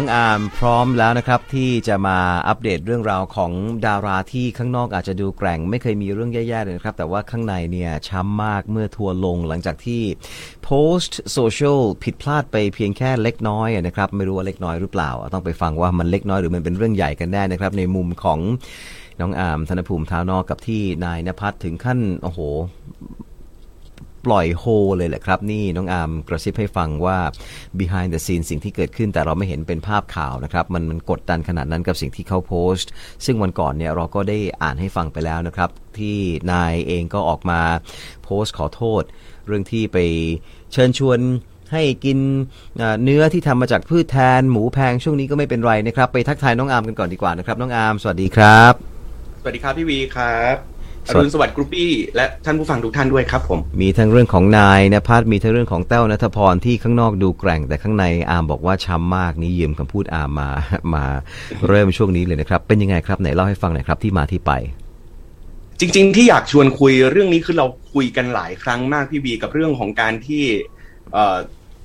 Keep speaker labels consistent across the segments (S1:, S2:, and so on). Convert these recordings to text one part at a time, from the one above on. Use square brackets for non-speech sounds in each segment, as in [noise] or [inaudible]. S1: อามพร้อมแล้วนะครับ ที่จะมาอัปเดตเรื่องราวของดาราที่ข้างนอกอาจจะดูแกร่ง ไม่เคยมีเรื่องแย่ๆเลยนะครับ แต่ว่าข้างในเนี่ยช้ำมากเมื่อทัวร์ลงหลังจากที่โพสต์โซเชียลผิดพลาดไปเพียงแค่เล็กน้อยนะครับ ไม่รู้ว่าเล็กน้อยหรือเปล่า ต้องไปฟังว่ามันเล็กน้อยหรือมันเป็นเรื่องใหญ่กันแน่นะครับ ในมุมของน้องอามธนภูมิท้าวนอกกับที่นายนภัสถึงขั้นโอ้โห ปล่อยโฮเลยแหละครับ นี่น้องอาร์มกระซิบให้ฟังว่า behind the scene สิ่งที่เกิดขึ้นแต่เราไม่เห็นเป็นภาพข่าวนะครับ มันมันกดดันขนาดนั้นกับสิ่งที่เขาโพสต์ ซึ่งวันก่อนเนี่ยเราก็ได้อ่านให้ฟังไปแล้วนะครับ ที่นายเองก็ออกมาโพสต์ขอโทษ เรื่องที่ไปเชิญชวนให้กินเอ่อเนื้อที่ทำมาจากพืชแทน หมูแพงช่วงนี้ก็ไม่เป็นไรนะครับ ไปทักทายน้องอาร์มกันก่อนดีกว่านะครับน้องอาร์มสวัสดีครับ
S2: สวัสดีครับพี่วีครับ
S1: ส
S2: อ
S1: วัสดี
S2: รุณสวัสดิ์กรุ๊ปปี้และท่านผู้ฟังทุกท่านด้วยครับผม
S1: มีทั้งเรื่องของนายนภัสมีทั้งเรื่องของแต้วนัทพรที่ข้างนอกดูแกร่ง แต่ข้างในอามบอกว่าช้ำมากนี่ยืมคำพูดอาม [laughs] มา มาเริ่มช่วงนี้เลยนะครับ เป็นยังไงครับไหนเล่าให้ฟังหน่อยครับที่มาที่ไป
S2: จริง ๆ ที่อยากชวนคุยเรื่องนี้คือเราคุยกันหลายครั้งมากพี่วีกับเรื่องของการที่เอ่อ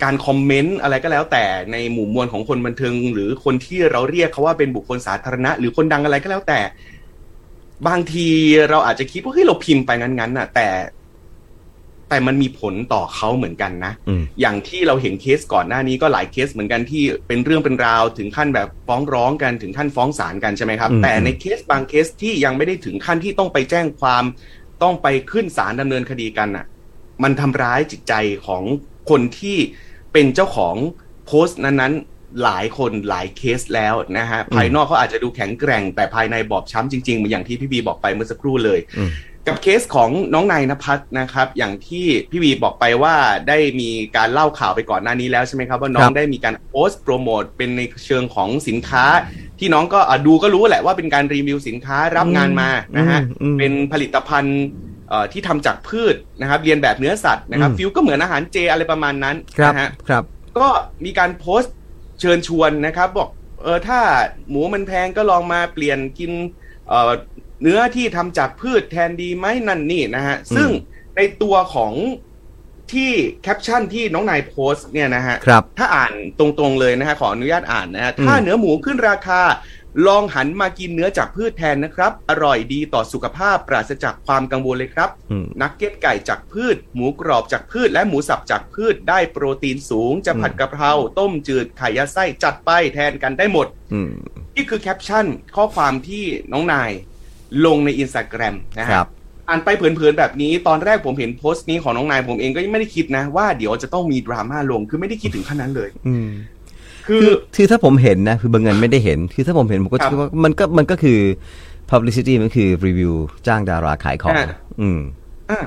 S2: การคอมเมนต์อะไรก็แล้วแต่ในหมู่มวลของคนบันเทิง หรือคนที่เราเรียกเขาว่าเป็นบุคคลสาธารณะ หรือคนดังอะไรก็แล้วแต่ บางทีเราอาจจะคิดว่าเฮ้ยเราพิมพ์ไปงั้นๆน่ะ แต่ แต่มันมีผลต่อเขาเหมือนกันนะ
S1: อืม
S2: อย่างที่เราเห็นเคสก่อนหน้านี้ก็หลายเคสเหมือนกันที่เป็นเรื่องเป็นราวถึงขั้นแบบฟ้องร้องกันถึงขั้นฟ้องศาลกันใช่ไหมครับ
S1: อืม
S2: แต่ในเคสบางเคสที่ยังไม่ได้ถึงขั้นที่ต้องไปแจ้งความต้องไปขึ้นศาลดำเนินคดีกันน่ะ มันทำร้ายจิตใจของคนที่เป็นเจ้าของโพสต์นั้นๆ หลายคนหลายเคสแล้วนะฮะภายนอกเขาอาจจะดูแข็งแกร่ง แต่ภายในบอบช้ำจริงๆเหมือนอย่างที่พี่บีบอกไปเมื่อสักครู่เลย
S1: อืม
S2: กับเคสของน้องนายนภัสนะครับ อย่างที่พี่วีบอกไปว่าได้มีการเล่าข่าวไปก่อนหน้านี้แล้วใช่ไหมครับว่าน้
S1: ค
S2: อง
S1: รับ
S2: ได้มีการโพสต์โปรโมทเป็นในเชิงของสินค้า ที่น้องก็อ่ะดูก็รู้แหละว่าเป็นการรีวิวสินค้ารับงานมานะฮะ
S1: อืม
S2: เป็นผลิตภัณฑ์เอ่อที่ทำจากพืชนะครับเรียนแบบเนื้อสัตว์นะครับ
S1: อืม
S2: ฟิวก็เหมือนอาหารเจอะไรประมาณนั้น
S1: ครับ
S2: นะฮะ
S1: ครับ
S2: ก็มีการโพสต์เชิญชวนนะครับบอกเออถ้าหมูมันแพงก็ลองมาเปลี่ยนกินเอ่อเนื้อที่ทำจากพืชแทนดีไหมนั่นนี่นะฮะ ซึ่งในตัวของที่แคปชั่นที่น้องนายโพสต์เนี่ยนะฮะ
S1: ครับ
S2: ถ้าอ่านตรงๆเลยนะฮะขออนุญาตอ่านนะฮะ
S1: อืม
S2: ถ้าเนื้อหมูขึ้นราคา ลองหันมากินเนื้อจากพืชแทนนะครับ อร่อยดีต่อสุขภาพปราศจากความกังวลเลยครับ
S1: อืม
S2: นักเก็ตไก่จากพืช หมูกรอบจากพืช และหมูสับจากพืชได้โปรตีนสูง จะ
S1: อืม
S2: ผัดกะเพราต้มจืดไข่ยัดไส้จัดไปแทนกันได้หมด
S1: อืม
S2: นี่คือแคปชั่นข้อความที่น้องนายลงในอินสตาแกรมนะ
S1: ค
S2: ฮะ
S1: รับ
S2: อ่านไปเผินๆแบบนี้ตอนแรกผมเห็นโพสต์นี้ของน้องนายผมเองก็ยังไม่ได้คิดนะ ว่าเดี๋ยวจะต้องมีดราม่าลงคือไม่ได้คิดถึงขั้นนั้นเลย
S1: อืม
S2: คือ
S1: คือคือถ้าผมเห็นนะ คือบางเงินไม่ได้เห็น คือถ้าผมเห็น ผมก็
S2: ครั
S1: คิด
S2: บ
S1: ว่ามันก็มันก็คือ publicity มันคือรีวิวจ้างดาราขายของ
S2: อ่า
S1: อืม
S2: อ่ะ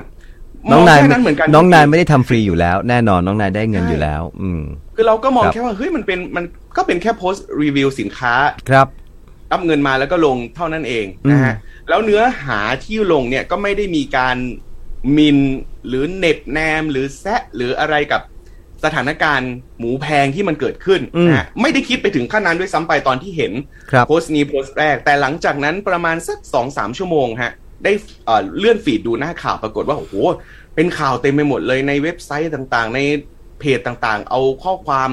S2: ม
S1: น้องนาย
S2: แค่นั้นเหมือนกัน
S1: น้องนายไม่ได้ทำฟรีอยู่แล้ว แน่นอนน้องนายได้เงิน
S2: ใช่
S1: อยู่แล้ว อืม
S2: คือเราก็มอง
S1: ครับ
S2: แค่ว่าเฮ้ยมันเป็นมันก็เป็นแค่โพสต์รีวิวสินค้า
S1: ครับ
S2: รับเงินมาแล้วก็ลงเท่านั้นเองนะฮะแล้วเนื้อหาที่ลงเนี่ยก็ไม่ได้มีการหมินหรือเหน็บแนมหรือแซะหรืออะไรกับสถานการณ์หมูแพงที่มันเกิดขึ้นนะฮะไม่ได้คิดไปถึงขั้นนั้นด้วยซ้ำไปตอนที่เห็น
S1: ครับ
S2: โพสต์นี้โพสต์แรก แต่หลังจากนั้นประมาณสักสองสามชั่วโมงฮะ ได้เอ่อเลื่อนฟีดดูหน้าข่าวปรากฏว่า โอ้โห เป็นข่าวเต็มไปหมดเลยในเว็บไซต์ต่างๆ ในเพจต่างๆ เอาข้อความ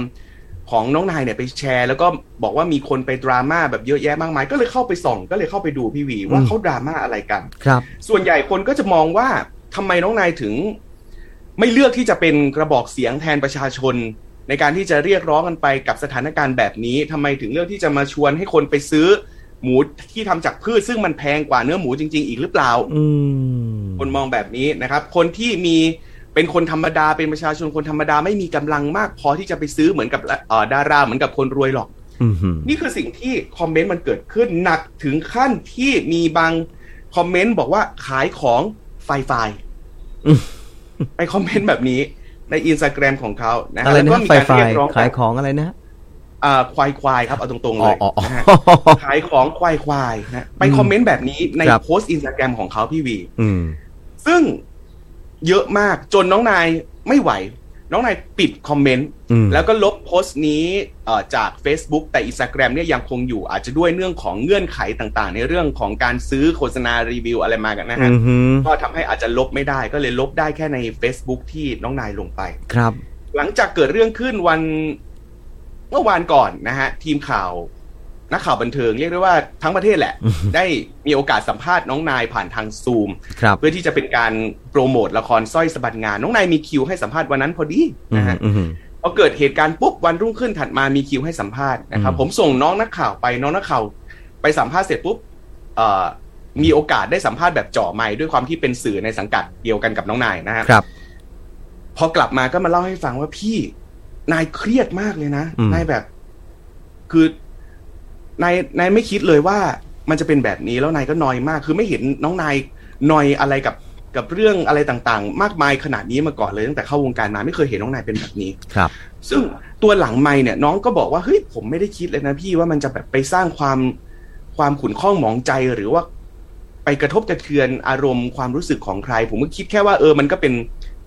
S2: ของน้องนายเนี่ยไปแชร์ แล้วก็บอกว่ามีคนไปดราม่าแบบเยอะแยะมากมาย ก็เลยเข้าไปส่อง ก็เลยเข้าไปดูพี่วี ว่า
S1: อืม
S2: เขาดราม่าอะไรกัน
S1: ครับ
S2: ส่วนใหญ่คนก็จะมองว่าทำไมน้องนายถึง ไม่เลือกที่จะเป็นกระบอกเสียงแทนประชาชน ในการที่จะเรียกร้องกันไปกับสถานการณ์แบบนี้ทำไมถึงเลือกที่จะมาชวนให้คนไปซื้อ หมูที่ทำจากพืช ซึ่งมันแพงกว่าเนื้อหมูจริง ๆ อีกหรือเปล่า
S1: อืม
S2: คนมองแบบนี้นะครับ คนที่มีเป็นคนธรรมดาเป็นประชาชนคนธรรมดาไม่มีกำลังมากพอที่จะไปซื้อเหมือนกับเอ่อดาราเหมือนกับคนรวยหรอก
S1: อืมฮึ
S2: นี่คือสิ่งที่คอมเมนต์มันเกิดขึ้นหนักถึงขั้นที่มีบางคอมเมนต์บอกว่าขายของไฟไฟไปคอมเมนต์แบบนี้ในอินสตาแกรมของเขานะฮ
S1: อะไรนะ
S2: แล้วก็
S1: ฮะ
S2: มี
S1: ไฟ
S2: การ
S1: ไฟ
S2: เรียกร้อง
S1: ขายของอะไรนะฮะ
S2: อ่าควายควายครับเอาตรงๆ
S1: อ๋
S2: เล
S1: อย อ๋ออ๋อ
S2: นะฮะขายของควายควายนะไปคอมเมนต์แบบนี้ใน
S1: ครับ
S2: โพสต์อินสตาแกรมของเขาพี่วี
S1: อืม
S2: ซึ่งเยอะมากจนน้องนายไม่ไหว น้องนายปิดคอมเมนต์
S1: อืม
S2: แล้วก็ลบโพสต์นี้เอ่อจาก Facebook แต่ Instagram เนี่ยยังคงอยู่อาจจะด้วยเรื่องของเงื่อนไขต่างๆ ในเรื่องของการซื้อโฆษณารีวิวอะไรมากันนะฮะ
S1: อืมฮึ
S2: ก็ทำให้อาจจะลบไม่ได้ก็เลยลบได้แค่ใน Facebook ที่น้องนายลงไป
S1: ครับ
S2: หลังจากเกิดเรื่องขึ้นวัน เมื่อวานก่อนนะฮะทีมข่าวนักข่าวบันเทิงเรียกได้ว่าทั้งประเทศ
S1: [laughs]
S2: แหละ ได้มีโอกาสสัมภาษณ์น้องนายผ่านทางซูม
S1: ครับ
S2: เพื่อที่จะเป็นการโปรโมทละครสร้อยสะบัดงาน น้องนายมีคิวให้สัมภาษณ์วันนั้นพอดี
S1: อืม
S2: นะฮะ
S1: อืม
S2: พอเกิดเหตุการณ์ปุ๊บวันรุ่งขึ้นถัดมามีคิวให้สัมภาษณ์นะครับ
S1: อืม
S2: ผมส่งน้องนักข่าวไปน้องนักข่าวไปสัมภาษณ์เสร็จปุ๊บเอ่อมีโอกาสได้สัมภาษณ์แบบเจ่อไมค์ด้วยความที่เป็นสื่อในสังกัดเดียวกันกับน้องนายนะฮะ
S1: ครับ
S2: พอกลับมาก็มาเล่าให้ฟังว่าพี่นายเครียดมากเลยนะ
S1: อืม
S2: นายแบบ คือนายนายไม่คิดเลยว่ามันจะเป็นแบบนี้แล้วนายก็นอยมาก คือไม่เห็นน้องนายนอยอะไรกับกับเรื่องอะไรต่างๆ มากมายขนาดนี้มาก่อนเลยตั้งแต่เข้าวงการมาไม่เคยเห็นน้องนายเป็นแบบนี้
S1: ครับ
S2: ซึ่งตัวหลังไม่เนี่ยน้องก็บอกว่าเฮ้ยผมไม่ได้คิดเลยนะพี่ว่ามันจะแบบไปสร้างความความขุ่นข้องหมองใจหรือว่า ไปกระทบกระเทือนอารมณ์ความรู้สึกของใคร ผมก็คิดแค่ว่าเออมันก็เป็น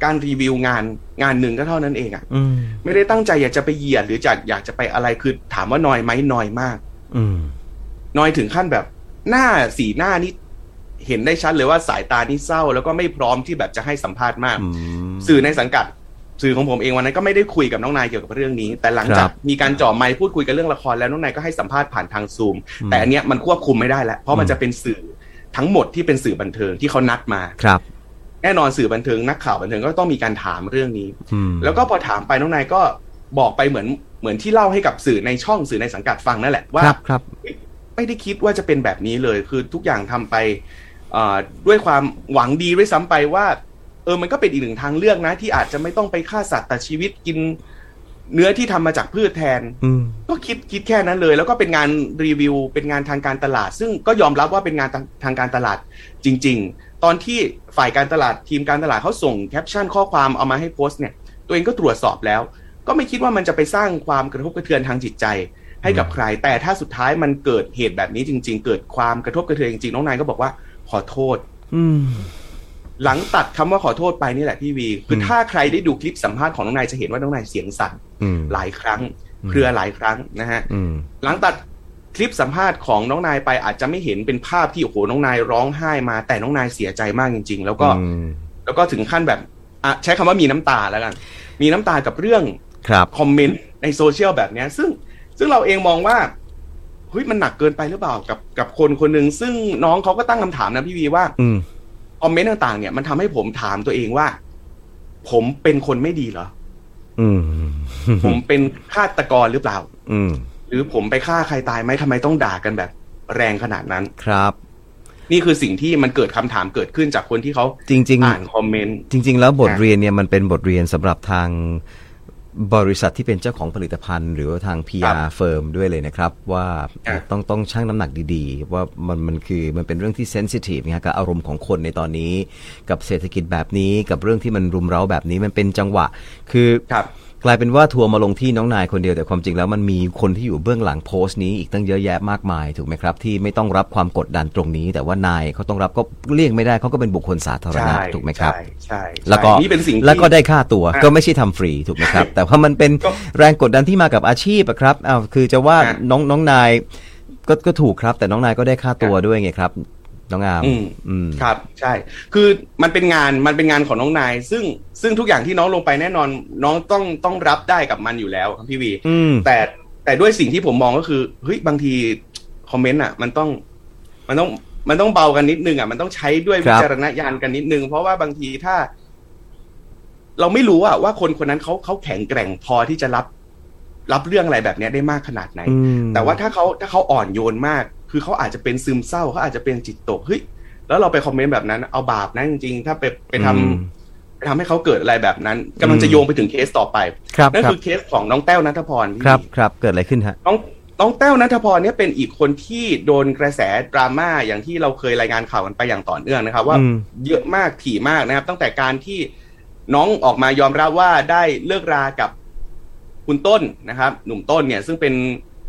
S2: การรีวิวงานงานหนึ่งก็เท่านั้นเองอะ
S1: อืม
S2: ไม่ได้ตั้งใจอยากจะไปเหยียดหรือจะอยากจะไปอะไรคือถามว่านอยไหมนอยมาก
S1: อืม
S2: น้อยถึงขั้นแบบ หน้าสีหน้านี่เห็นได้ชัดเลยว่าสายตานี่เศร้า แล้วก็ไม่พร้อมที่แบบจะให้สัมภาษณ์มาก
S1: อืม
S2: สื่อในสังกัด สื่อของผมเองวันนั้นก็ไม่ได้คุยกับน้องนายเกี่ยวกับเรื่องนี้ แต่หลังจาก
S1: ครับ
S2: มีการเจ่อไมค์พูดคุยกันเรื่องละครแล้วน้องนายก็ให้สัมภาษณ์ผ่านทางซูม
S1: อืม
S2: แต่อันเนี้ยมันควบคุมไม่ได้แล้วเพราะมันจะเป็นสื่อทั้งหมดที่เป็นสื่อบันเทิงที่เขานัดมา
S1: ครับ
S2: แน่นอนสื่อบันเทิงนักข่าวบันเทิงก็ต้องมีการถามเรื่องนี้
S1: อืม
S2: แล้วก็พอถามไปน้องนายก็บอกไปเหมือนเหมือนที่เล่าให้กับสื่อในช่องสื่อในสังกัดฟังนั่นแหละว่า
S1: ครับครับ
S2: ไม่ได้คิดว่าจะเป็นแบบนี้เลย คือทุกอย่างทำไปเอ่อด้วยความหวังดีด้วยซ้ำไปว่า เออมันก็เป็นอีกหนึ่งทางเลือกนะ ที่อาจจะไม่ต้องไปฆ่าสัตว์แต่ชีวิตกินเนื้อที่ทำมาจากพืชแทน
S1: อืม
S2: ก็คิดคิดแค่นั้นเลย แล้วก็เป็นงานรีวิว เป็นงานทางการตลาด ซึ่งก็ยอมรับว่าเป็นงานทางทางการตลาดจริง ๆ ตอนที่ฝ่ายการตลาดทีมการตลาดเขาส่งแคปชั่นข้อความเอามาให้โพสต์เนี่ยตัวเองก็ตรวจสอบแล้ว ก็ไม่คิดว่ามันจะไปสร้างความกระทบกระเทือนทางจิตใจ ให้กับใคร แต่ถ้าสุดท้ายมันเกิดเหตุแบบนี้จริง ๆ เกิดความกระทบกระเทือนจริงๆน้องนายก็บอกว่าขอโทษ
S1: อืม
S2: หลังตัดคำว่าขอโทษไปนี่แหละพี่วีคือ
S1: ม
S2: ถ้าใครได้ดูคลิปสัมภาษณ์ของน้องนายจะเห็นว่าน้องนายเสียงสั่น
S1: อืม
S2: หลายครั้ง
S1: อืม
S2: เครือหลายครั้งนะฮะ
S1: อืม
S2: หลังตัดคลิปสัมภาษณ์ของน้องนายไปอาจจะไม่เห็นเป็นภาพที่โอ้โหน้องนายร้องไห้มา แต่น้องนายเสียใจมากจริง ๆ แล้วก็
S1: อืม
S2: แล้วก็ถึงขั้นแบบอ่ะใช้คำว่ามีน้ำตาแล้วกัน มีน้ำตากับเรื่อง
S1: ครับ
S2: คอมเมนต์ในโซเชียลแบบเนี้ยซึ่งซึ่งเราเองมองว่าเฮ้ยมันหนักเกินไปหรือเปล่ากับกับคนคนหนึ่งซึ่งน้องเขาก็ตั้งคำถามนะพี่วีว่า
S1: อืม
S2: คอมเมนต์ต่างๆเนี่ยมันทำให้ผมถามตัวเองว่า ผมเป็นคนไม่ดีเหรอ
S1: อืม
S2: ผมเป็นฆาตกรหรือเปล่า
S1: อืม
S2: หรือผมไปฆ่าใครตายไหมทำไมต้องด่ากันแบบแรงขนาดนั้น
S1: ครับ
S2: นี่คือสิ่งที่มันเกิดคำถามเกิดขึ้นจากคนที่เขา
S1: จริง ๆ
S2: อ่านคอมเมนต์
S1: จริง ๆ แล้วบท
S2: ครับ
S1: เรียนเนี่ยมันเป็นบทเรียนสำหรับทางบริษัทที่เป็นเจ้าของผลิตภัณฑ์ หรือว่าทาง
S2: ครับ
S1: PR เฟิร์มด้วยเลยนะครับ ว่า
S2: ครับ
S1: ต้องต้องชั่งน้ำหนักดีๆ ว่ามันมันคือมันเป็นเรื่องที่เซนซิทีฟนะฮะกับอารมณ์ของคนในตอนนี้ กับเศรษฐกิจแบบนี้กับเรื่องที่มันรุมเร้าแบบนี้มันเป็นจังหวะ คือ
S2: ครับ
S1: กลายเป็นว่าทัวร์มาลงที่น้องนายคนเดียวแต่ความจริงแล้วมันมีคนที่อยู่เบื้องหลังโพสต์นี้อีกตั้งเยอะแยะมากมายถูกไหมครับ ที่ไม่ต้องรับความกดดันตรงนี้ แต่ว่านายเขาต้องรับก็เลี่ยงไม่ได้เขาก็เป็นบุคคลสาธาร
S2: ใช่
S1: ณะถูกไหมครับ
S2: ใช่ใช่ใช่
S1: แล้วก็
S2: นี่เป็นสิ่งที่
S1: แล้วก็ได้ค่าตัว
S2: อ่ะ
S1: ก็ไม่ใช่ทำฟรีถูกไหม
S2: [laughs]
S1: ครับ แต่ว่ามันเป็น
S2: ก็
S1: แรงกดดันที่มากับอาชีพอะครับอ้าวคือจะว่า
S2: อ่ะ
S1: น้องน้องนายก็ก็ถูกครับ แต่น้องนายก็ได้ค่าตัวด้วยไงครับ น้องอาม
S2: อืม
S1: อืม
S2: ครับ ใช่ คือมันเป็นงานมันเป็นงานของน้องนาย ซึ่งซึ่งทุกอย่างที่น้องลงไปแน่นอน น้องต้องต้องรับได้กับมันอยู่แล้วครับพี่วี
S1: อืม
S2: แต่แต่ด้วยสิ่งที่ผมมองก็คือเฮ้ยบางทีคอมเมนต์อ่ะ มันต้องมันต้องมันต้องเบากันนิดนึงอ่ะมันต้องใช้ด้วย
S1: ครั
S2: วิ
S1: บ
S2: จารณญาณกันนิดนึง เพราะว่าบางทีถ้า เราไม่รู้อ่ะว่าคนคนนั้นเขาเขาแข็งแกร่งพอที่จะรับ รับเรื่องอะไรแบบเนี้ยได้มากขนาดไหน
S1: อืม
S2: แต่ว่าถ้าเขาถ้าเขาอ่อนโยนมาก คือเขาอาจจะเป็นซึมเศร้าเขาอาจจะเป็นจิตตกเฮ้ยแล้วเราไปคอมเมนต์แบบนั้นเอาบาปนะจริงๆถ้าไปไปทำ
S1: อืม
S2: ไปทำให้เขาเกิดอะไรแบบนั้นกำลังจะ
S1: อืม
S2: โยงไปถึงเคสต่อไป
S1: ครับ
S2: นั่น
S1: ครั
S2: คื
S1: บ
S2: อเคสของน้องแต้วนัทพรที่
S1: ครับครับเกิดอะไรขึ้นฮะ
S2: น้องน้องแต้วนัทพรเนี่ยเป็นอีกคนที่โดนกระแสดราม่าอย่างที่เราเคยรายงานข่าวกันไปอย่างต่อเนื่องนะครับ ว่า
S1: อืม
S2: เยอะมากถี่มากนะครับ ตั้งแต่การที่น้องออกมายอมรับว่าได้เลิกรากับคุณต้นนะครับ หนุ่มต้นเนี่ยซึ่งเป็น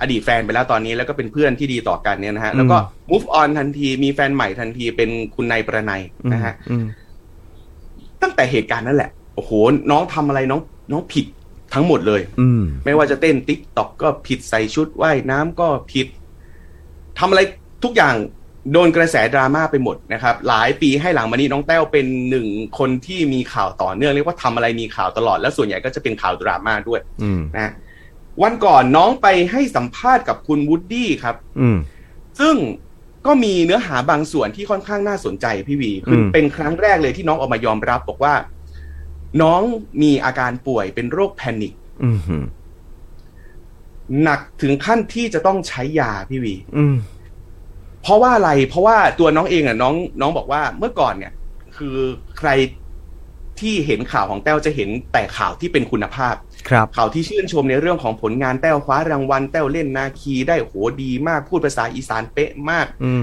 S2: อดีตแฟนไปแล้วตอนนี้แล้วก็เป็นเพื่อนที่ดีต่อกันเนี่ยนะฮะแล้วก็ move on ทันทีมีแฟนใหม่ทันทีเป็นคุณนายประนัย
S1: อืม
S2: นะฮะ
S1: อืม
S2: ตั้งแต่เหตุการณ์นั่นแหละโอ้โหน้องทำอะไรน้องน้องผิดทั้งหมดเลย
S1: อืม
S2: ไม่ว่าจะเต้นติ๊กตอกก็ผิดใส่ชุดว่ายน้ำก็ผิดทำอะไรทุกอย่างโดนกระแสดราม่าไปหมดนะครับ หลายปีให้หลังมานี้น้องแต้วเป็นหนึ่งคนที่มีข่าวต่อเนื่องเรียกว่าทำอะไรมีข่าวตลอด และส่วนใหญ่ก็จะเป็นข่าวดราม่าด้วย
S1: อืม
S2: นะ วันก่อนน้องไปให้สัมภาษณ์กับคุณวูดดี้ครับ
S1: อืม
S2: ซึ่งก็มีเนื้อหาบางส่วนที่ค่อนข้างน่าสนใจพี่วีคือ
S1: ม
S2: เป็นครั้งแรกเลยที่น้องออกมายอมรับบอกว่า น้องมีอาการป่วยเป็นโรคแพนิค
S1: อืมอืม
S2: หนักถึงขั้นที่จะต้องใช้ยาพี่วี
S1: อืม
S2: เพราะว่าอะไร เพราะว่าตัวน้องเองอ่ะน้องน้องบอกว่าเมื่อก่อนเนี่ย คือใครที่เห็นข่าวของแต้วจะเห็นแต่ข่าวที่เป็นคุณภาพ
S1: ครับ
S2: ข่าวที่ชื่นชมในเรื่องของผลงานแต้วคว้ารางวัลแต้วเล่นนาคีได้โหดีมากพูดภาษาอีสานเป๊ะมาก
S1: อืม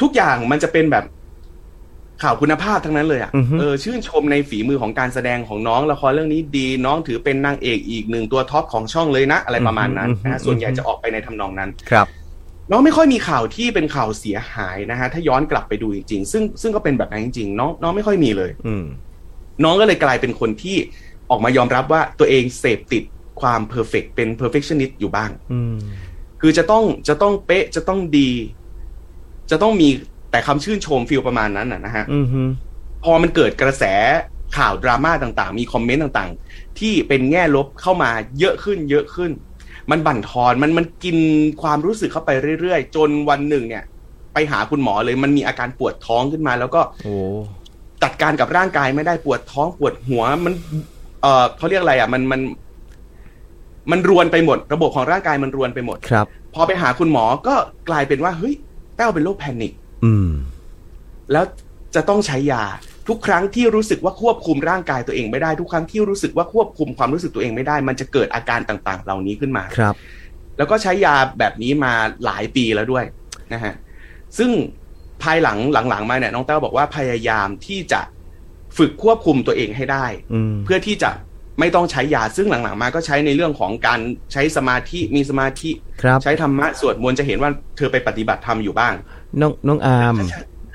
S2: ทุกอย่างมันจะเป็นแบบข่าวคุณภาพทั้งนั้นเลยอ่ะ
S1: อือฮึ
S2: เออชื่นชมในฝีมือของการแสดงของน้องละครเรื่องนี้ดีน้องถือเป็นนางเอกอีกหนึ่งตัวท็อปของช่องเลยนะ อะไรประมาณนั้นนะส่วนใหญ่จะออกไปในทำนองนั้น
S1: ครับ
S2: น้องไม่ค่อยมีข่าวที่เป็นข่าวเสียหายนะฮะ ถ้าย้อนกลับไปดูจริงๆ ซึ่งซึ่งก็เป็นแบบนั้นจริงๆ น้องน้องไม่ค่อยมีเลย
S1: อืม
S2: น้องก็เลยกลายเป็นคนที่ออกมายอมรับว่าตัวเองเสพติดความเพอร์เฟกเป็น perfectionist อยู่บ้าง
S1: อืม
S2: คือจะต้องจะต้องเป๊ะจะต้องดี จะต้องมีแต่คำชื่นชมฟิลประมาณนั้นนะนะฮะ
S1: อืมฮึ
S2: พอมันเกิดกระแสข่าวดราม่าต่างๆ มีคอมเมนต์ต่างๆ ที่เป็นแง่ลบเข้ามาเยอะขึ้นเยอะขึ้น มันบั่นทอนมันมันกินความรู้สึกเข้าไปเรื่อยๆ จนวันหนึ่งเนี่ย ไปหาคุณหมอเลยมันมีอาการปวดท้องขึ้นมา แล้วก็
S1: โอ้
S2: จัดการกับร่างกายไม่ได้ปวดท้องปวดหัว มันเออเขาเรียกอะไรอ่ะมันมัน มันรวนไปหมด ระบบของร่างกายมันรวนไปหมด
S1: ครับ
S2: พอไปหาคุณหมอก็กลายเป็นว่าเฮ้ยแต้วเป็นโรคแพนิค
S1: อืม
S2: แล้วจะต้องใช้ยา ทุกครั้งที่รู้สึกว่าควบคุมร่างกายตัวเองไม่ได้ทุกครั้งที่รู้สึกว่าควบคุมความรู้สึกตัวเองไม่ได้ มันจะเกิดอาการต่างๆ เหล่านี้ขึ้นมา
S1: ครับ
S2: แล้วก็ใช้ยาแบบนี้มาหลายปีแล้วด้วยนะฮะซึ่งภายหลังหลังๆมาเนี่ยน้องเต้าบอกว่าพยายามที่จะฝึกควบคุมตัวเองให้ได้
S1: อืม
S2: เพื่อที่จะไม่ต้องใช้ยาซึ่งหลังๆ มาก็ใช้ในเรื่องของการใช้สมาธิมีสมาธิ
S1: ครับ
S2: ใช้ธรรมะสวดมนต์จะเห็นว่าเธอไปปฏิบัติธรรมอยู่บ้าง
S1: น้อง น้องอาร์ม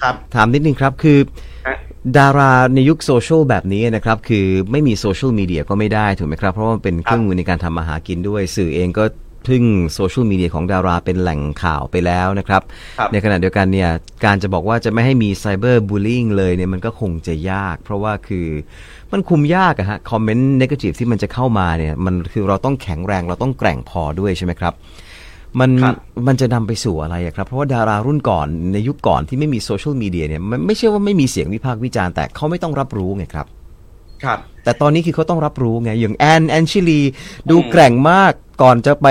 S2: ครับ
S1: ถามนิดนึงครับ คือ
S2: ฮะ
S1: ดาราในยุคโซเชียลแบบนี้นะครับ คือไม่มีโซเชียลมีเดียก็ไม่ได้ถูกไหมครับ เพราะว่ามันเป็นเครื่องมือในการทำมาหากินด้วย สื่อเองก็พึ่งโซเชียลมีเดียของดาราเป็นแหล่งข่าวไปแล้วนะครับ
S2: ครับ
S1: ในขณะเดียวกันเนี่ยการจะบอกว่าจะไม่ให้มีไซเบอร์บูลลิงเลยเนี่ยมันก็คงจะยาก เพราะว่าคือมันคุมยากอะฮะคอมเมนต์นกาทีฟที่มันจะเข้ามาเนี่ยมันคือเราต้องแข็งแรงเราต้องแกร่งพอด้วยใช่ไหมครับ มัน
S2: ครับ
S1: มันจะนำไปสู่อะไรอะครับ เพราะว่าดารารุ่นก่อนในยุคก่อนที่ไม่มีโซเชียลมีเดียเนี่ยมันไม่ใช่ว่าไม่มีเสียงวิพากษ์วิจารณ์แต่เขาไม่ต้องรับรู้ไงครับ
S2: ครับ
S1: แต่ตอนนี้คือเขาต้องรับรู้ไง อย่างแอนแอนชิลีดูแกร่งมากก่อนจะไป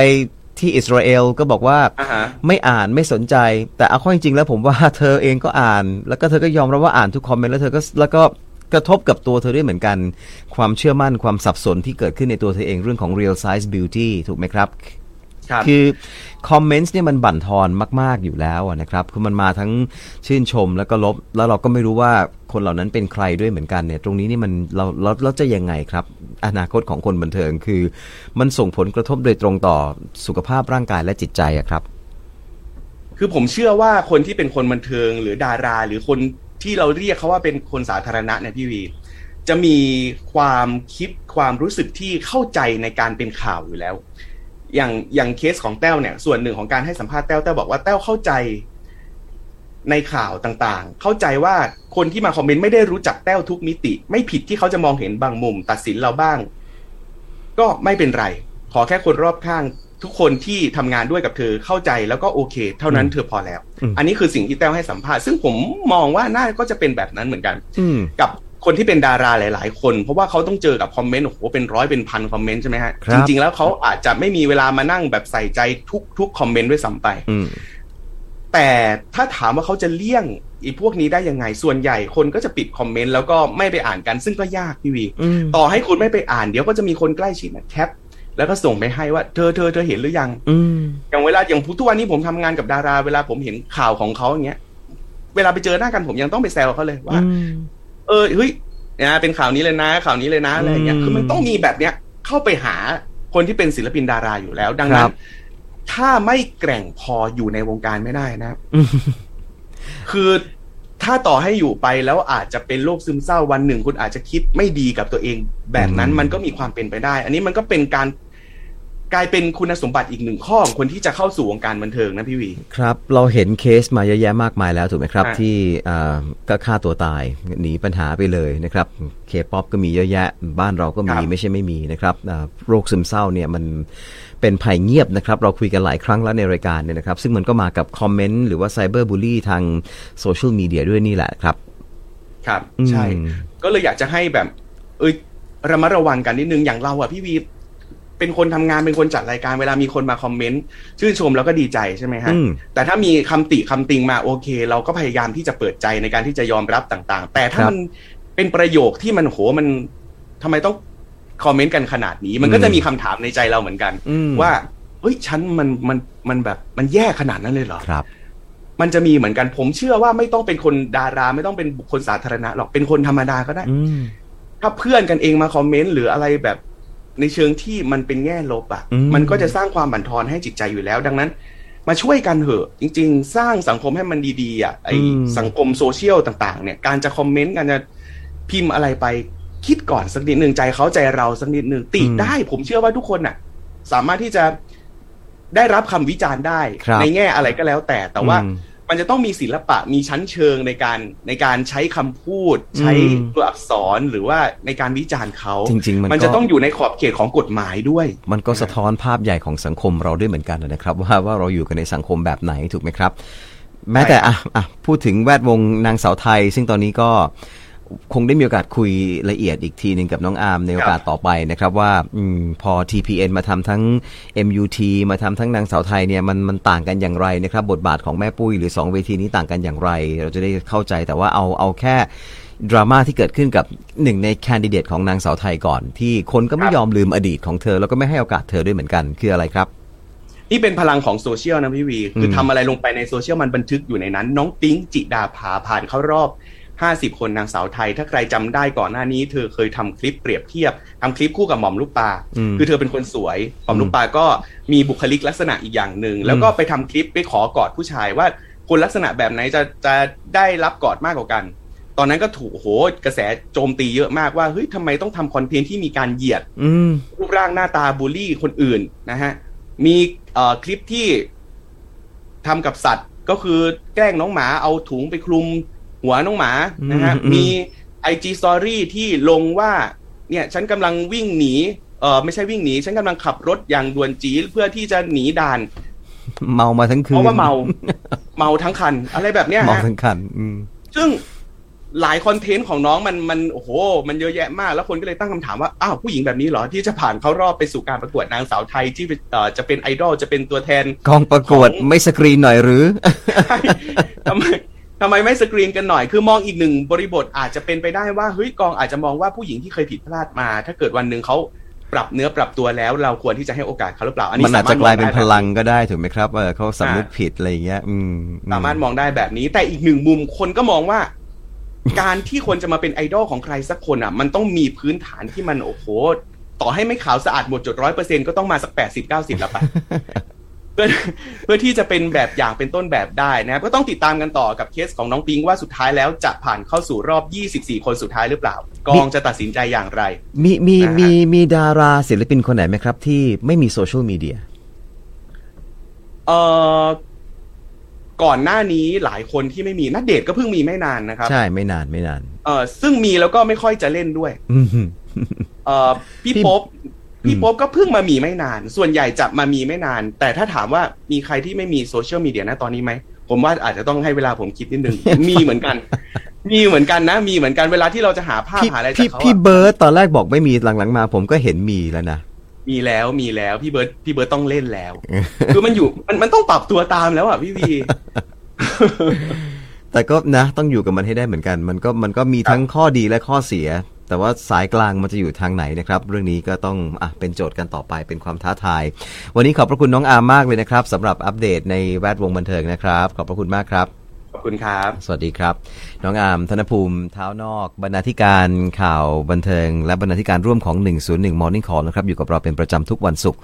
S1: ที่อิสราเอลก็บอกว่า
S2: อ่าฮะ
S1: ไม่อ่านไม่สนใจ แต่เอาเข้อจริงๆแล้วผมว่า เธอเองก็อ่าน แล้วก็เธอก็ยอมรับว่าอ่านทุกคอมเมนต์แล้วเธอก็แล้วก็กระทบกับตัวเธอด้วยเหมือนกัน ความเชื่อมั่นความสับสนที่เกิดขึ้นในตัวเธอเองเรื่องของ real size beauty ถูกไหมครับ
S2: ครับ
S1: คือคอมเมนต์เนี่ยมันบั่นทอนมาก ๆ อยู่แล้วอะนะครับ คือมันมาทั้งชื่นชมแล้วก็ลบ แล้วเราก็ไม่รู้ว่าคนเหล่านั้นเป็นใครด้วยเหมือนกันเนี่ย ตรงนี้นี่มันเราเราเราจะยังไงครับ อนาคตของคนบันเทิงคือ มันส่งผลกระทบโดยตรงต่อสุขภาพร่างกายและจิตใจอะครับ
S2: คือผมเชื่อว่าคนที่เป็นคนบันเทิงหรือดารา หรือคนที่เราเรียกเขาว่าเป็นคนสาธารณะเนี่ยพี่วี จะมีความคิดความรู้สึกที่เข้าใจในการเป็นข่าวอยู่แล้ว อย่างอย่างเคสของแต้วเนี่ย ส่วนหนึ่งของการให้สัมภาษณ์แต้วแต้วบอกว่าแต้วเข้าใจในข่าวต่างๆ เข้าใจว่าคนที่มาคอมเมนต์ไม่ได้รู้จักแต้วทุกมิติ ไม่ผิดที่เขาจะมองเห็นบางมุม ตัดสินเราบ้าง ก็ไม่เป็นไร ขอแค่คนรอบข้าง ทุกคนที่ทำงานด้วยกับเธอเข้าใจแล้วก็โอเค เท่านั้นเธอพอแล้ว
S1: อืม
S2: อันนี้คือสิ่งที่แต้วให้สัมภาษณ์ซึ่งผมมองว่าน่าก็จะเป็นแบบนั้นเหมือนกัน
S1: อืม
S2: กับคนที่เป็นดาราหลาย ๆ คน เพราะว่าเขาต้องเจอกับคอมเมนต์โอ้โหเป็นร้อยเป็นพันคอมเมนต์ใช่ไหมฮะ
S1: ครับ
S2: จริง ๆ แล้วเขาอาจจะไม่มีเวลามานั่งแบบใส่ใจทุกทุกคอมเมนต์ด้วยซ้ำไป
S1: อืม
S2: แต่ถ้าถามว่าเขาจะเลี่ยงไอีพวกนี้ได้ยังไง ส่วนใหญ่คนก็จะปิดคอมเมนต์แล้วก็ไม่ไปอ่านกัน ซึ่งก็ยากพี่วี
S1: อืม
S2: ต่อให้คุณไม่ไปอ่านเดี๋ยวก็จะมีคนใกล้ชิดนะแคปแล้วก็ส่งไปให้ว่าเธอเธอเธอเห็นหรือยัง
S1: อืม
S2: อย่างเวลาอย่างทุกวันนี้ผมทำงานกับดารา เวลาผมเห็นข่าวของเขาอย่างเงี้ย เวลาไปเจอหน้ากันผมยังต้องไปแซวเขาเลยว่า เออเฮ้ยนะเป็นข่าวนี้เลยนะข่าวนี้เลยนะอะไรอย่างเงี้ย
S1: อืม
S2: คือมันต้องมีแบบเนี้ยเข้าไปหาคนที่เป็นศิลปินดาราอยู่แล้ว ดังนั้
S1: ครั
S2: น
S1: บ
S2: ถ้าไม่แกร่งพออยู่ในวงการไม่ได้นะ
S1: [laughs] อืม
S2: คือถ้าต่อให้อยู่ไปแล้วอาจจะเป็นโรคซึมเศร้าวันหนึ่ง คุณอาจจะคิดไม่ดีกับตัวเองแบบนั้น
S1: อืม
S2: มันก็มีความเป็นไปได้ อันนี้มันก็เป็นการ กลายเป็นคุณสมบัติอีกหนึ่งข้อของคนที่จะเข้าสู่วงการบันเทิงนะพี่วี
S1: ครับ เราเห็นเคสมาเยอะแยะมากมายแล้วถูกไหมครับ
S2: อ่ะ
S1: ที่อ่าก็ฆ่าตัวตายหนีปัญหาไปเลยนะครับเคป๊อปก็มีเยอะแยะ บ้านเราก็มีไม่ใช่ไม่มีนะครับอ่าโรคซึมเศร้าเนี่ยมันเป็นภัยเงียบนะครับ เราคุยกันหลายครั้งแล้วในรายการเนี่ยนะครับ ซึ่งมันก็มากับคอมเมนต์หรือว่าไซเบอร์บูลลี่ทางโซเชียลมีเดียด้วยนี่แหละครับ
S2: ครับ
S1: อืม
S2: ใช่ ก็เลยอยากจะให้แบบ เอ้ยระมัดระวังกันนิดนึงอย่างเราอะพี่วี เป็นคนทำงานเป็นคนจัดรายการเวลามีคนมาคอมเมนต์ชื่นชมแล้วก็ดีใจใช่ไหมฮะ
S1: อืม
S2: แต่ถ้ามีคำติคำติงมาโอเค เราก็พยายามที่จะเปิดใจในการที่จะยอมรับต่าง ๆ แต่ถ้ามันเป็นประโยคที่มันโหมันทำไมต้องคอมเมนต์กันขนาดนี้ มันก็จะมีคำถามในใจเราเหมือนกัน
S1: อืม
S2: ว่าเอ้ยฉันมันมันมันแบบมันแย่ขนาดนั้นเลยเหรอ
S1: ครับ
S2: มันจะมีเหมือนกันผมเชื่อว่าไม่ต้องเป็นคนดาราไม่ต้องเป็นบุคคลสาธารณะหรอกเป็นคนธรรมดาก็ได้
S1: อืม
S2: ถ้าเพื่อนกันเองมาคอมเมนต์หรืออะไรแบบในเชิงที่มันเป็นแง่ลบอะ่ะ
S1: อืม
S2: มันก็จะสร้างความบั่นทอนให้จิตใจอยู่แล้ว ดังนั้น มาช่วยกันเถอะ จริง ๆ สร้างสังคมให้มันดีๆอะ่ะไอ
S1: อืม
S2: สังคมโซเชียลต่างๆ เนี่ยการจะคอมเมนต์การจะพิมพ์อะไรไปคิดก่อนสักนิดหนึ่งใจเขาใจเราสักนิดหนึ่งติได้ ผมเชื่อว่าทุกคนน่ะ สามารถที่จะได้รับคำวิจารณ์ได้
S1: ครับ
S2: ในแง่อะไรก็แล้วแต่ แต่ว่า
S1: อืม
S2: มันจะต้องมีศิลปะมีชั้นเชิงในการในการใช้คำพูด ใช้
S1: อืม
S2: ตัวอักษรหรือว่าในการวิจารณ์เขา
S1: จริง ๆ มัน
S2: มัน
S1: ก็
S2: จะต้องอยู่ในขอบเขตของกฎหมายด้วย
S1: มันก็สะท้อนภาพใหญ่ของสังคมเราด้วยเหมือนกันนะครับ [laughs] ว่าว่าเราอยู่กันในสังคมแบบไหนถูกไหมครับ แม้แต่อ่ะอ่ะพูดถึงแวดวงนางสาวไทย ซึ่งตอนนี้ก็คงได้มีโอกาสคุยละเอียดอีกทีหนึ่งกับน้องอาร์มในโอกาสต่อไปนะครับ ว่าอมพอ TPN มาทำทั้ง MUT มาทำทั้งนางสาวไทยเนี่ยมันมันต่างกันอย่างไรนะครับ บทบาทของแม่ปุ้ยหรือสองเวทีนี้ต่างกันอย่างไร เราจะได้เข้าใจแต่ว่าเอาเอาแค่ ดราม่าที่เกิดขึ้นกับหนึ่งในแคนดิเดตของนางสาวไทยก่อน ที่คนก็ไม่
S2: ครับ
S1: ยอมลืมอดีตของเธอ แล้วก็ไม่ให้โอกาสเธอด้วยเหมือนกันคืออะไรครับ
S2: นี่เป็นพลังของโซเชียลนะพี่วี คืออ
S1: ม
S2: ทำอะไรลงไปในโซเชียลมันบันทึกอยู่ในนั้น น้องปิ๊งจิดาภาผ่านเข้ารอบ 50 คนนางสาวไทย ถ้าใครจำได้ก่อนหน้านี้ เธอเคยทำคลิปเปรียบเทียบทำคลิปคู่กับหม่อมลูกปลา
S1: อืม
S2: คือเธอเป็นคนสวย หม่อมลูกปลาก็มีบุคลิกลักษณะอีกอย่างหนึ่ง แล้วก็ไปทำคลิปไปขอกอดผู้ชายว่าคนลักษณะแบบไหนจะจะได้รับกอดมากกว่ากัน ตอนนั้นก็ถูกโอ้โหกระแสโจมตีเยอะมากว่าเฮ้ยทำไมต้องทำคอนเทนต์ที่มีการเหยียด
S1: อืม
S2: รูปร่างหน้าตาบูลลี่คนอื่นนะฮะ มีเอ่อคลิปที่ทำกับสัตว์ก็คือแกล้งน้องหมาเอาถุงไปคลุมหัวน้องหมานะฮะ
S1: อืมอืม
S2: มีไอจีสตอรี่ที่ลงว่า เนี่ยฉันกำลังวิ่งหนีเออไม่ใช่วิ่งหนี ฉันกำลังขับรถอย่างด่วนจีดเพื่อที่จะหนีด่าน
S1: เมามาทั้งคืน
S2: เพราะว่าเมา
S1: [laughs]
S2: เมาทั้งคัน อะไรแบบเนี้ย
S1: เมา
S2: ฮะ
S1: ทั้งคันอืม
S2: ซึ่งหลายคอนเทนต์ของน้องมันมันโอ้โห มันเยอะแยะมาก แล้วคนก็เลยตั้งคำถามว่า อ้าวผู้หญิงแบบนี้เหรอ ที่จะผ่านเข้ารอบไปสู่การประกวดนางสาวไทยที่เป็นเอ่อจะเป็นไอดอลจะเป็นตัวแทน
S1: กองประกวด
S2: ของ
S1: ไม่สกรีนหน่อยหรือ
S2: ทำไมทำไมไม่สกรีนกันหน่อย คือมองอีกหนึ่งบริบทอาจจะเป็นไปได้ว่าเฮ้ยกองอาจจะมองว่าผู้หญิงที่เคยผิดพลาดมา ถ้าเกิดวันหนึ่งเขาปรับเนื้อปรับตัวแล้ว เราควรที่จะให้โอกาสเขาหรือเปล่า อันนี้
S1: มันอาจ
S2: สม
S1: จะ
S2: รถ
S1: กลายเป็น
S2: มอง
S1: พ
S2: ได้
S1: ลังก็ได้ถูกไหมครับเออเขาสำนึก
S2: อ่า
S1: ผิดอะไรอย่างเงี้ย อืมอื
S2: สามารถมองได้แบบนี้ แต่อีกหนึ่งมุมคนก็มองว่า การที่คนจะมาเป็นไอดอลของใครสักคนอ่ะ มันต้องมีพื้นฐานที่มันโอ้โหต่อให้ไม่ขาวสะอาดหมดจดร้อยเปอร์เซ็นก็ต้องมาสักแปดสิบเก้าสิบละปะ [laughs] เพื่อเพื่อที่จะเป็นแบบอย่างเป็นต้นแบบได้นะครับก็ต้องติดตามกันต่อกับเคสของน้องปิงว่าสุดท้ายแล้วจะผ่านเข้าสู่รอบ 24 คนสุดท้ายหรือเปล่า กองจะตัดสินใจอย่างไร
S1: มีมี
S2: นะฮะ
S1: มีมีดาราศิลปินคนไหนไหมครับ ที่ไม่มีโซเชียลมีเดีย
S2: เอ่อก่อนหน้านี้หลายคนที่ไม่มีนัดเดทก็เพิ่งมีไม่นานนะครับ
S1: ใช่ไม่นานไม่นาน
S2: เอ่อซึ่งมีแล้วก็ไม่ค่อยจะเล่นด้วย
S1: อืม
S2: เอ่อพี่
S1: พี่
S2: โป๊บ
S1: อื
S2: พี่
S1: ม
S2: โป๊บก็เพิ่งมามีไม่นาน ส่วนใหญ่จะมามีไม่นาน แต่ถ้าถามว่ามีใครที่ไม่มีโซเชียลมีเดียนะตอนนี้ไหม ผมว่าอาจจะต้องให้เวลาผมคิดนิด
S1: [laughs]
S2: นึง มีเหมือนกัน มีเหมือนกันนะ มีเหมือนกันเวลาที่เราจะหาภาพ
S1: พี่
S2: หาอะไรจา
S1: พี่
S2: กเขา
S1: พี่
S2: อะ
S1: เบิร์ตตอนแรกบอกไม่มีหลังๆมา ผมก็เห็นมีแล้วนะ
S2: มีแล้วมีแล้วพี่เบิร์ตพี่เบิร์ตต้องเล่น
S1: [laughs]
S2: แล้ว คือมันอยู่มันมันต้องปรับตัวตามแล้วอ่ะพี่วี
S1: แต่ก็นะต้องอยู่กับมันให้ได้เหมือนกัน มันก็มันก็มีทั้งข้อดีและข้อเสีย แต่ว่าสายกลางมันจะอยู่ทางไหนนะครับ เรื่องนี้ก็ต้องอ่ะเป็นโจทย์กันต่อไปเป็นความท้าทาย วันนี้ขอบพระคุณน้องอามมากเลยนะครับสำหรับอัปเดตในแวดวงบันเทิงนะครับ ขอบพระคุณมากครับ
S2: ขอบคุณครับ
S1: สวัสดีครับ น้องอามธนภูมิเท้านอก บรรณาธิการข่าวบันเทิง และบรรณาธิการร่วมของ 101 Morning Call นะครับอยู่กับเราเป็นประจำทุกวันศุกร์